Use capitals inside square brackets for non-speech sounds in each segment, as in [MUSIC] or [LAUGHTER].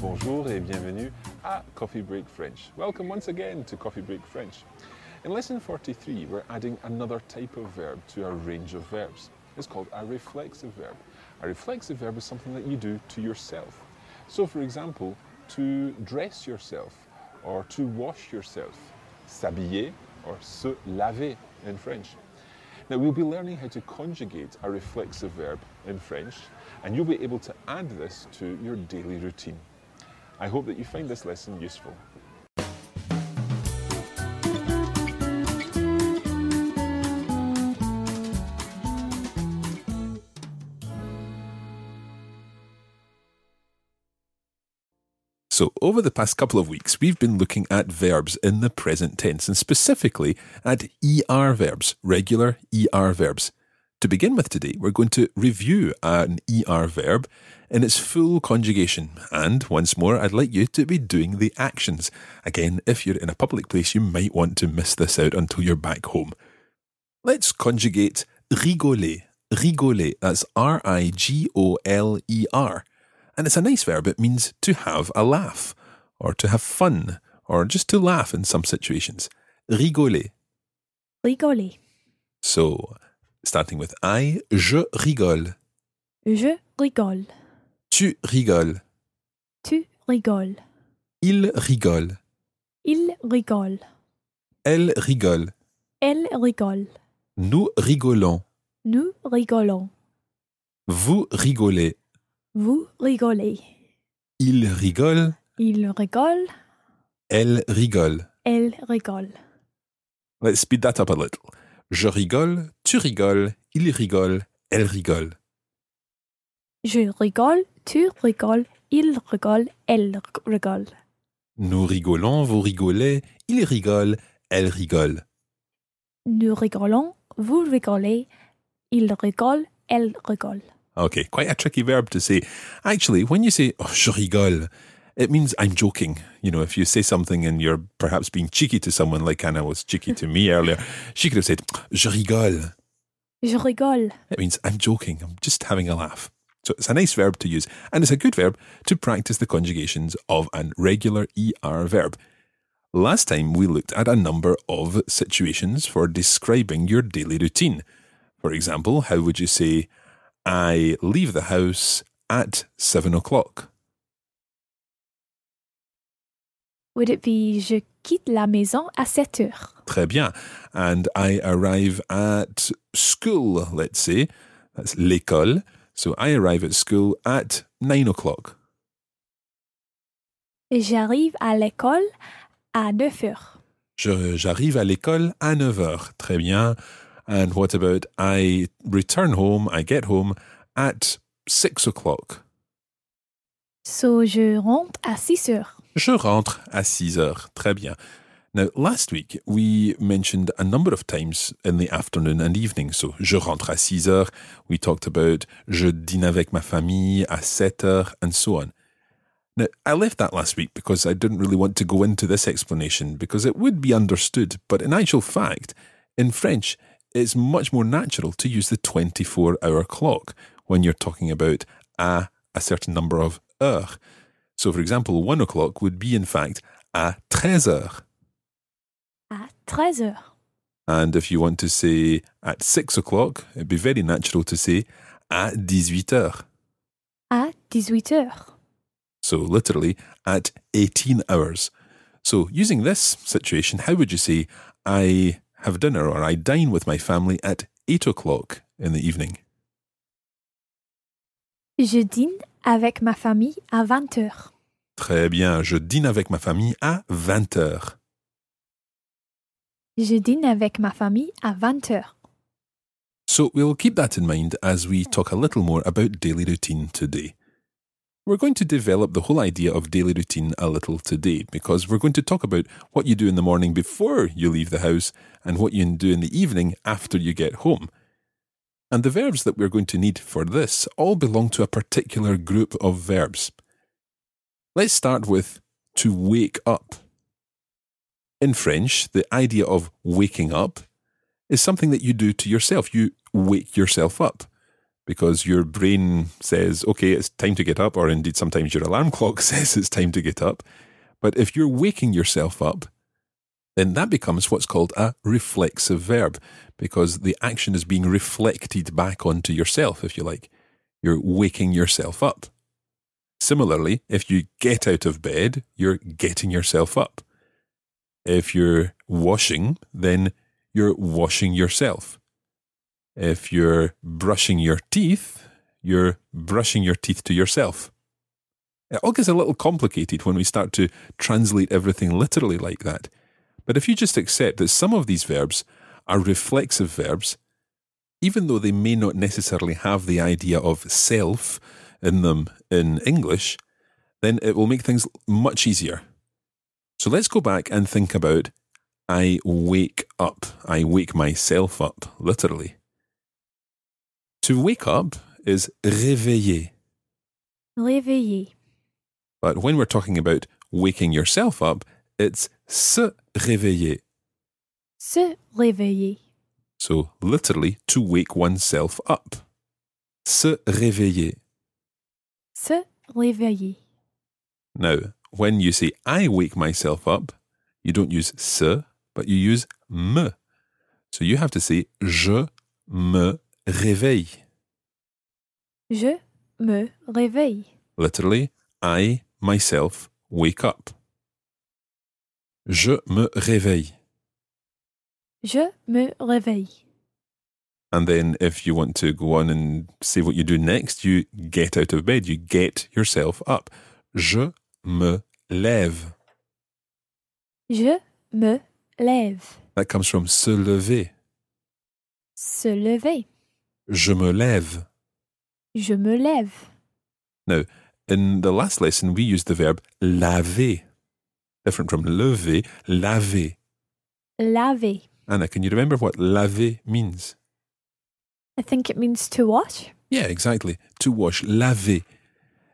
bonjour et bienvenue at Coffee Break French. Welcome once again to Coffee Break French. In lesson 43, we're adding another type of verb to our range of verbs. It's called a reflexive verb. A reflexive verb is something that you do to yourself. So, for example, to dress yourself or to wash yourself, s'habiller or se laver in French. Now, we'll be learning how to conjugate a reflexive verb in French, and you'll be able to add this to your daily routine. I hope that you find this lesson useful. So, over the past couple of weeks, we've been looking at verbs in the present tense and specifically at ER verbs, regular ER verbs. To begin with today, we're going to review an ER verb in its full conjugation. And once more, I'd like you to be doing the actions. Again, if you're in a public place, you might want to miss this out until you're back home. Let's conjugate rigoler. Rigoler, that's R I G O L E R. And it's a nice verb. It means to have a laugh, or to have fun, or just to laugh in some situations. Rigoler. Rigoler. So, starting with I, je rigole. Je rigole. Tu rigoles. Tu rigoles. Il rigole. Il rigole. Elle rigole. Elle rigole. Nous rigolons. Nous rigolons. Vous rigolez. Vous rigolez. Il rigole. Il rigole. Elle rigole. Elle rigole. Let's speed that up a little. Je rigole. Tu rigoles. Il rigole. Elle rigole. Je rigole. Tu rigoles. Il rigole. Elle rigole. Nous rigolons. Vous rigolez. Il rigole. Elle rigole. Nous rigolons. Vous rigolez. Il rigole. Elle rigole. Okay, quite a tricky verb to say. Actually, when you say oh, je rigole, it means I'm joking. You know, if you say something and you're perhaps being cheeky to someone, like Anna was cheeky to me earlier, she could have said je rigole. Je rigole. It means I'm joking. I'm just having a laugh. So it's a nice verb to use, and it's a good verb to practice the conjugations of an regular er verb. Last time we looked at a number of situations for describing your daily routine. For example, how would you say I leave the house at seven o'clock. Would it be je quitte la maison à 7 heures? Très bien. And I arrive at school, let's say. That's l'école. So I arrive at school at nine o'clock. J'arrive à l'école à 9 heures. Je, j'arrive à l'école à 9 heures. Très bien. And what about I return home, I get home at six o'clock. So, je rentre à 6 heures. Je rentre à 6 heures. Très bien. Now, last week, we mentioned a number of times in the afternoon and evening. So, je rentre à 6 heures. We talked about je dîne avec ma famille à 7 heures, and so on. Now, I left that last week because I didn't really want to go into this explanation because it would be understood. But in actual fact, in French, it's much more natural to use the 24 hour clock when you're talking about a, a certain number of heures. So, for example, 1 o'clock would be in fact à 13 heures. À 13 heures. And if you want to say at 6 o'clock, it'd be very natural to say à 18 heures. À 18 heures. So, literally, at 18 hours. So, using this situation, how would you say I have dinner or I dine with my family at 8 o'clock in the evening. Je dîne avec ma famille à 20 heures. Très bien, je dîne avec ma famille à 20 heures. Je dîne avec ma famille à 20 heures. So we'll keep that in mind as we talk a little more about daily routine today. We're going to develop the whole idea of daily routine a little today because we're going to talk about what you do in the morning before you leave the house and what you do in the evening after you get home. And the verbs that we're going to need for this all belong to a particular group of verbs. Let's start with to wake up. In French, the idea of waking up is something that you do to yourself. You wake yourself up. because your brain says, okay, it's time to get up, or indeed sometimes your alarm [LAUGHS] clock says it's time to get up. But if you're waking yourself up, then that becomes what's called a reflexive verb because the action is being reflected back onto yourself, if you like. You're waking yourself up. Similarly, if you get out of bed, you're getting yourself up. If you're washing, then you're washing yourself. If you're brushing your teeth, you're brushing your teeth to yourself. It all gets a little complicated when we start to translate everything literally like that. But if you just accept that some of these verbs are reflexive verbs, even though they may not necessarily have the idea of self in them in English, then it will make things much easier. So let's go back and think about I wake up. I wake myself up, literally. To wake up is réveiller. Réveiller. But when we're talking about waking yourself up, it's se réveiller. Se réveiller. So literally, to wake oneself up. Se réveiller. Se réveiller. Now, when you say I wake myself up, you don't use se, but you use me. So you have to say je me réveille. Je me réveille. Literally, I myself wake up. Je me réveille. Je me réveille. And then if you want to go on and say what you do next, you get out of bed, you get yourself up. Je me lève. Je me lève. That comes from se lever. Se lever. Je me lève. Je me lève. In the last lesson, we used the verb laver, different from lever, laver. Laver. Anna, can you remember what laver means? I think it means to wash. Yeah, exactly. To wash, laver.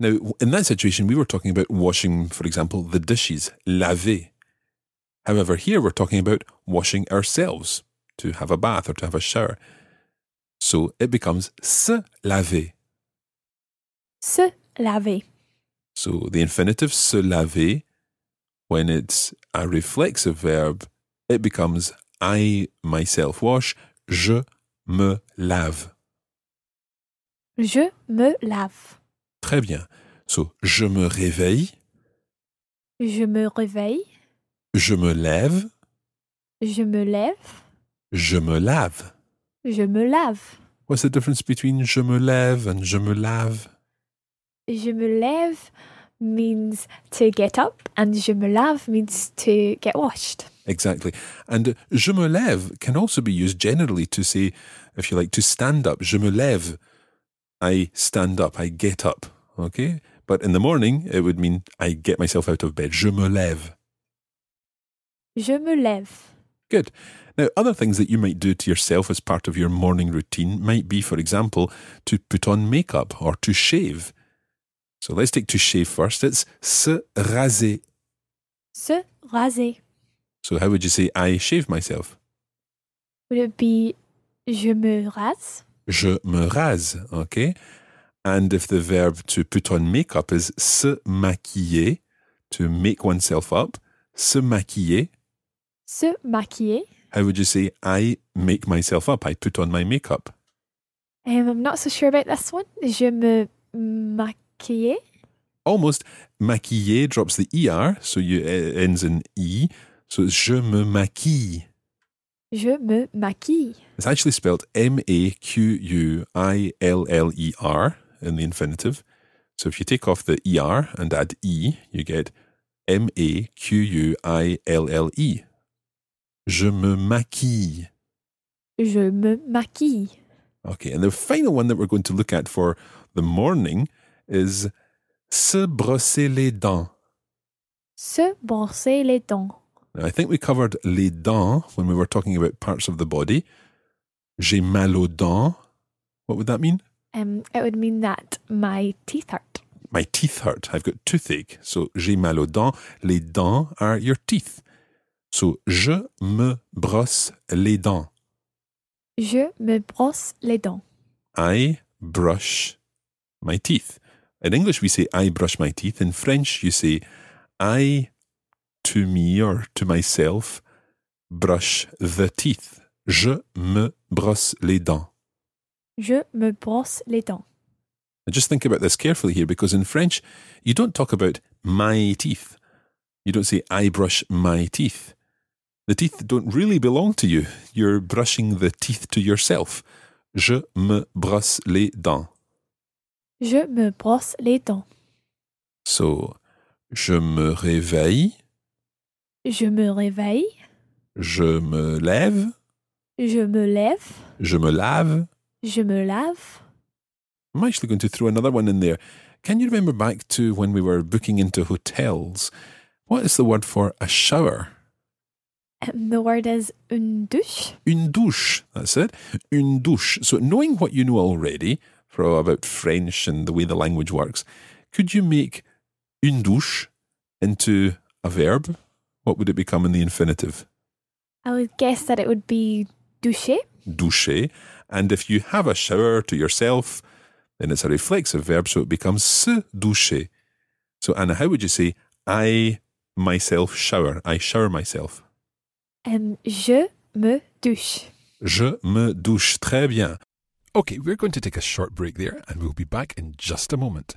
Now, w- in that situation, we were talking about washing, for example, the dishes, laver. However, here we're talking about washing ourselves, to have a bath or to have a shower. So it becomes se laver. Se laver. So the infinitive se laver, when it's a reflexive verb, it becomes I myself wash, je me lave. Je me lave. Très bien. So je me réveille, Je me réveille. je me lève, Je me lève. je me lave. Je me lave. What's the difference between je me lève and je me lave? Je me lève means to get up, and je me lave means to get washed. Exactly. And je me lève can also be used generally to say, if you like, to stand up. Je me lève. I stand up. I get up. Okay? But in the morning, it would mean I get myself out of bed. Je me lève. Je me lève. Good. Now, other things that you might do to yourself as part of your morning routine might be, for example, to put on makeup or to shave. So let's take to shave first. It's se raser. Se raser. So how would you say I shave myself? Would it be je me rase? Je me rase, okay? And if the verb to put on makeup is se maquiller, to make oneself up, se maquiller, Se maquiller. how would you say I make myself up? I put on my makeup. Um, I'm not so sure about this one. Je me maquiller. Almost maquiller drops the er, so you it ends in e. So it's je me maquille. Je me maquille. It's actually spelled M A Q U I L L E R in the infinitive. So if you take off the ER and add E, you get M A Q U I L L E. Je me maquille. Je me maquille. Okay, and the final one that we're going to look at for the morning is se brosser les dents. Se brosser les dents. Now, I think we covered les dents when we were talking about parts of the body. J'ai mal aux dents. What would that mean? Um, it would mean that my teeth hurt. My teeth hurt. I've got toothache. So j'ai mal aux dents. Les dents are your teeth. So je me brosse les dents. Je me brosse les dents. I brush my teeth. In English, we say I brush my teeth. In French, you say I to me or to myself brush the teeth. Je me brosse les dents. Je me brosse les dents. And just think about this carefully here because in French, you don't talk about my teeth. You don't say, I brush my teeth. The teeth don't really belong to you. You're brushing the teeth to yourself. Je me brosse les dents. Je me brosse les dents. So, je me réveille, Je me réveille. je me lève, Je me lève. je me lave. Je me lave. I'm actually going to throw another one in there. Can you remember back to when we were booking into hotels? What is the word for a shower? And the word is Um, une douche. Une douche. That's it. Une douche. So, knowing what you know already for about French and the way the language works, could you make une douche into a verb? What would it become in the infinitive? I would guess that it would be doucher. Doucher. And if you have a shower to yourself, then it's a reflexive verb, so it becomes se doucher. So, Anna, how would you say I myself shower? I shower myself. And Um, je me douche. Je me douche. Très bien. Okay, we're going to take a short break there and we'll be back in just a moment.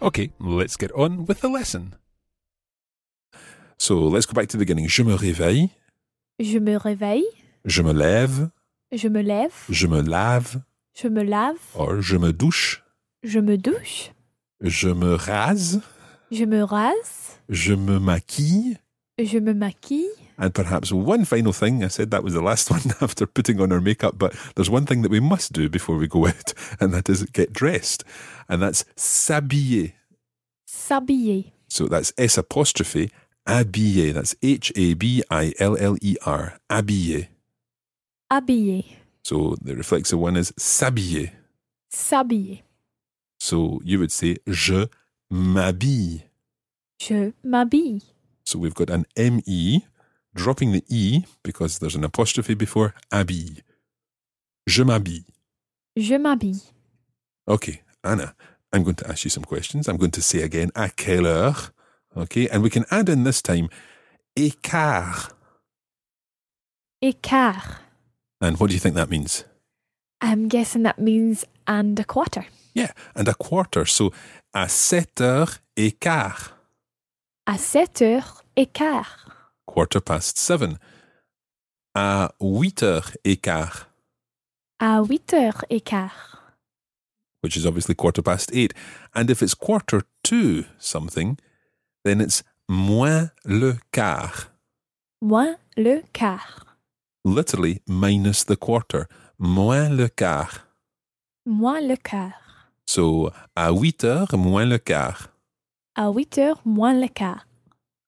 Okay, let's get on with the lesson. So let's go back to the beginning. Je me réveille, Je me réveille. je me lève, Je me lève. je me lave, Je me lave. or je me douche, Je me douche. je me rase, Je me rase. je me maquille, Je me maquille. and perhaps one final thing. I said that was the last [LAUGHS] one after putting on our makeup, but there's one thing that we must do before we go [LAUGHS] out, and that is get dressed, and that's s'habiller. S'habiller. So that's S apostrophe habiller. That's H A B I L L E R. Habiller. Habiller. So the reflexive one is s'habiller. S'habiller. So you would say je m'habille. Je m'habille. So we've got an ME, dropping the E because there's an apostrophe before habille. Je m'habille. Je m'habille. Okay, Anna, I'm going to ask you some questions. I'm going to say again, à quelle heure? Okay, and we can add in this time écart. Écart. And what do you think that means? I'm guessing that means and a quarter. Yeah, and a quarter. So à sept heures, écart. À 7 heures, écart. Quarter past seven. À huit heures, écart. À 8 heures, écart. which is obviously quarter past eight. And if it's quarter to something, then it's moins le quart, Moins le quart. literally minus the quarter, moins le quart. Moins le quart. So à 8 heures, moins le quart. À 8 heures, moins le quart.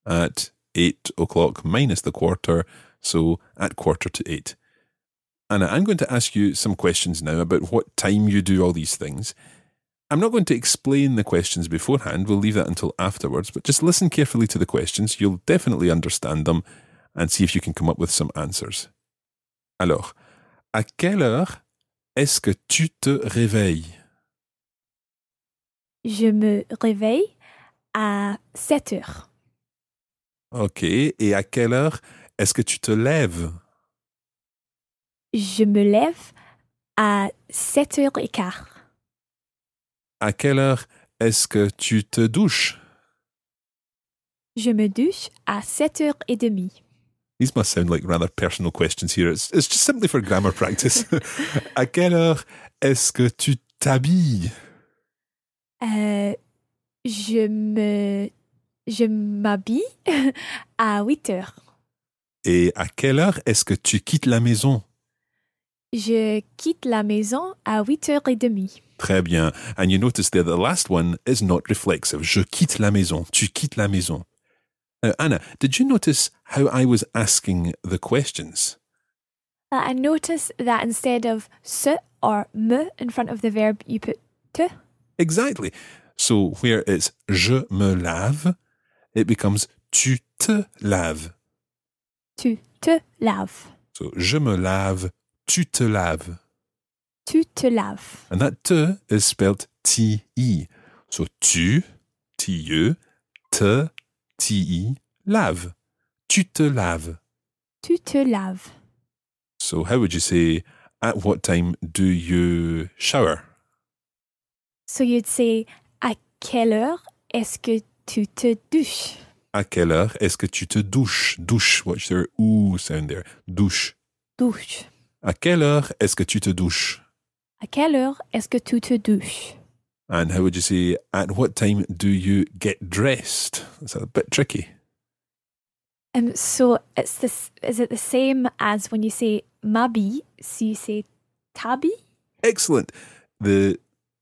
At 8 o'clock, minus the quarter, so at quarter to 8. Anna, I'm going to ask you some questions now about what time you do all these things. I'm not going to explain the questions beforehand, we'll leave that until afterwards, but just listen carefully to the questions. You'll definitely understand them and see if you can come up with some answers. Alors, à quelle heure est-ce que tu te réveilles? Je me réveille à 7 heures. Ok, et à quelle heure est-ce que tu te lèves? Je me lève à 7 heures et quart. À quelle heure est-ce que tu te douches? Je me douche à 7h30. These must sound like rather personal questions here. It's, it's just simply for grammar practice. à quelle heure est-ce que tu t'habilles? Euh, je me. Je m'habille [LAUGHS] à 8h. Et à quelle heure est-ce que tu quittes la maison? Je quitte la maison à 8h30. Très bien. And you notice there the last one is not reflexive. Je quitte la maison. Tu quittes la maison. Now, Anna, did you notice how I was asking the questions? Uh, I noticed that instead of se or me in front of the verb, you put te. Exactly. So where it's je me lave, it becomes tu te laves. Tu te laves. So je me lave, tu te laves. Tu te laves. And that te is spelled T-E. So tu, T-E, te, T-E, lave. Tu te laves. Tu te laves. So how would you say, at what time do you shower? So you'd say, à quelle heure est-ce que tu te douches? À quelle heure est-ce que tu te douches? Douche, watch their ooh sound there. Douche. Douche. À quelle heure est-ce que tu te douches? À quelle heure est-ce que tu te douches? And how would you say, at what time do you get dressed? That's a bit tricky. Um, so it's this. Is it the same as when you say mabi? So you say tabi. Excellent. The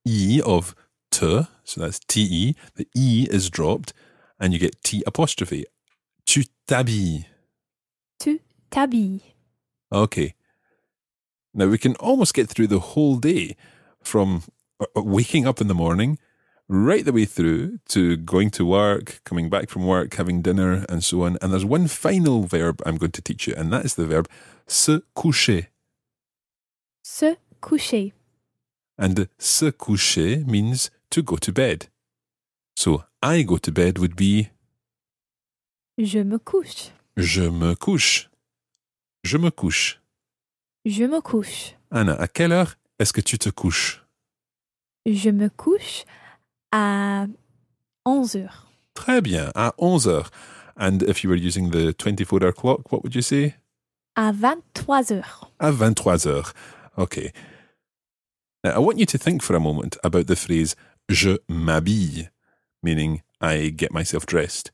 E of te, so that's T-E, the E is dropped and you get T apostrophe. Tu t'habilles. Tu tabi. Okay. Now we can almost get through the whole day from uh, uh, waking up in the morning right the way through to going to work, coming back from work, having dinner, and so on. And there's one final verb I'm going to teach you, and that is the verb se coucher. Se coucher. And se coucher means to go to bed. So I go to bed would be Je me couche. je me couche. Je me couche. Je me couche. Anna, à quelle heure est-ce que tu te couches Je me couche à 11 heures. Très bien, à 11 heures. And if you were using the 24 hour clock, what would you say À 23 heures. À 23 heures. Okay. Now, I want you to think for a moment about the phrase je m'habille, meaning I get myself dressed.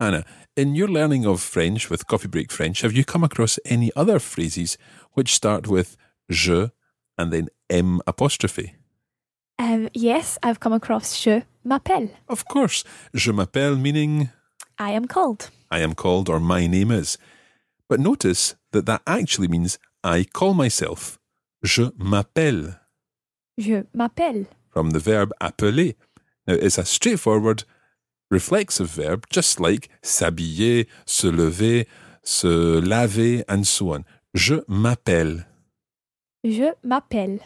Anna, in your learning of French with Coffee Break French, have you come across any other phrases which start with je and then m apostrophe? Um, yes, I've come across je m'appelle. Of course, je m'appelle meaning I am called. I am called or my name is. But notice that that actually means I call myself. Je m'appelle Je m'appelle. from the verb appeler. Now it's a straightforward reflexive verb just like s'habiller, se lever, se laver and so on. Je m'appelle. Je m'appelle.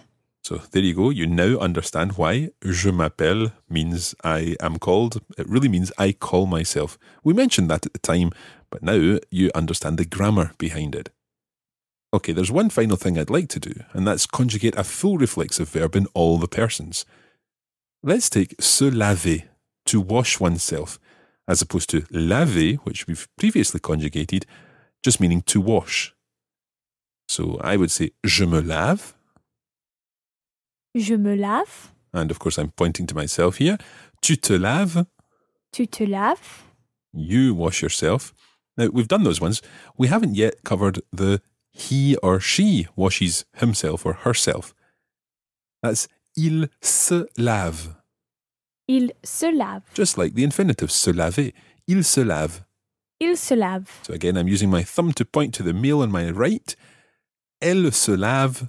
So there you go. You now understand why je m'appelle means I am called. It really means I call myself. We mentioned that at the time, but now you understand the grammar behind it. Okay, there's one final thing I'd like to do, and that's conjugate a full reflexive verb in all the persons. Let's take se laver, to wash oneself, as opposed to laver, which we've previously conjugated, just meaning to wash. So I would say je me lave, Je me lave. And of course, I'm pointing to myself here. Tu te laves. Tu te laves. You wash yourself. Now, we've done those ones. We haven't yet covered the he or she washes himself or herself. That's il se lave. Il se lave. Just like the infinitive se laver. Il se lave. Il se lave. So again, I'm using my thumb to point to the male on my right. Elle se lave.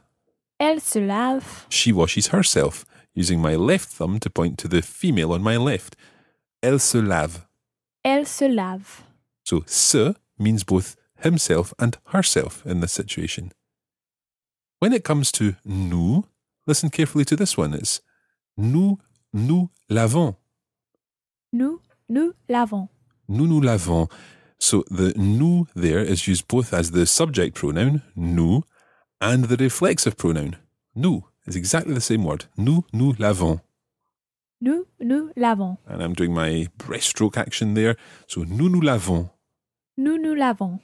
Elle se lave. She washes herself, using my left thumb to point to the female on my left. Elle se lave. Elle se lave. So se means both himself and herself in this situation. When it comes to nous, listen carefully to this one. It's nous nous lavons. Nous, nous lavons. Nous nous lavons. So the nous there is used both as the subject pronoun nous and the reflexive pronoun nous. It's exactly the same word. Nous nous lavons. Nous, nous l'avons. And I'm doing my breaststroke action there. So nous nous l'avons. Nous, nous l'avons.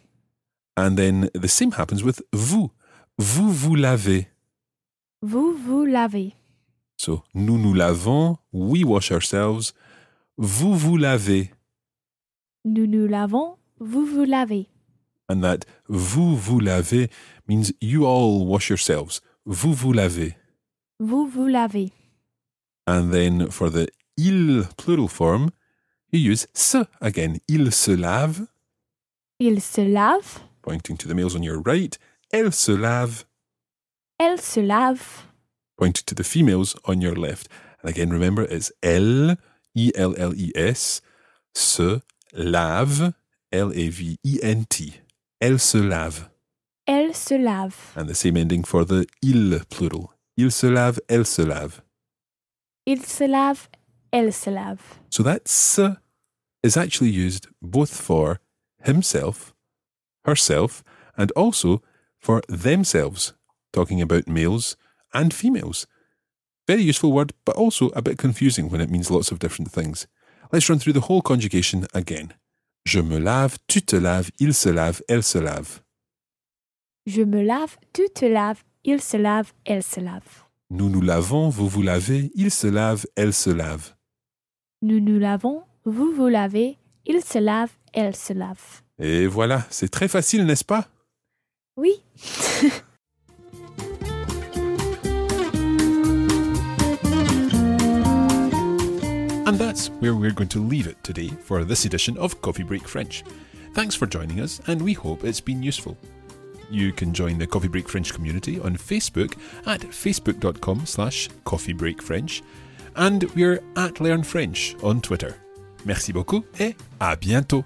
And then the same happens with vous. Vous vous lavez. Vous, vous l'avez. So nous nous lavons. We wash ourselves. Vous vous lavez. Nous, nous l'avons. Vous, vous l'avez. And that vous vous lavez means you all wash yourselves. Vous vous lavez. Vous, vous l'avez. And then for the il plural form, you use se again. Il se lave, Il se lave. pointing to the males on your right. Elle se lave, Elle se lave. pointing to the females on your left. And again, remember it's elle, E L L E S, se lave, L A V E N T. Elle se lave. Elle se lave. And the same ending for the il plural. Il se lave, elle se lave. Il se lave. Elle se lave. So that s is actually used both for himself, herself, and also for themselves, talking about males and females. Very useful word, but also a bit confusing when it means lots of different things. Let's run through the whole conjugation again. Je me lave, tu te laves, il se lave, elle se lave. Je me lave. Tu te laves. Il se lave. Elle se lave. Nous nous lavons, vous vous lavez, il se lave, elle se lave. Nous, nous l'avons. Vous, vous l'avez. Il se lave. Elle se lave. Et voilà, c'est très facile, n'est-ce pas? Oui. [LAUGHS] And that's where we're going to leave it today for this edition of Coffee Break French. Thanks for joining us, and we hope it's been useful. You can join the Coffee Break French community on Facebook at facebook.com slash coffeebreakfrench, and we're at Learn French on Twitter. Merci beaucoup et à bientôt!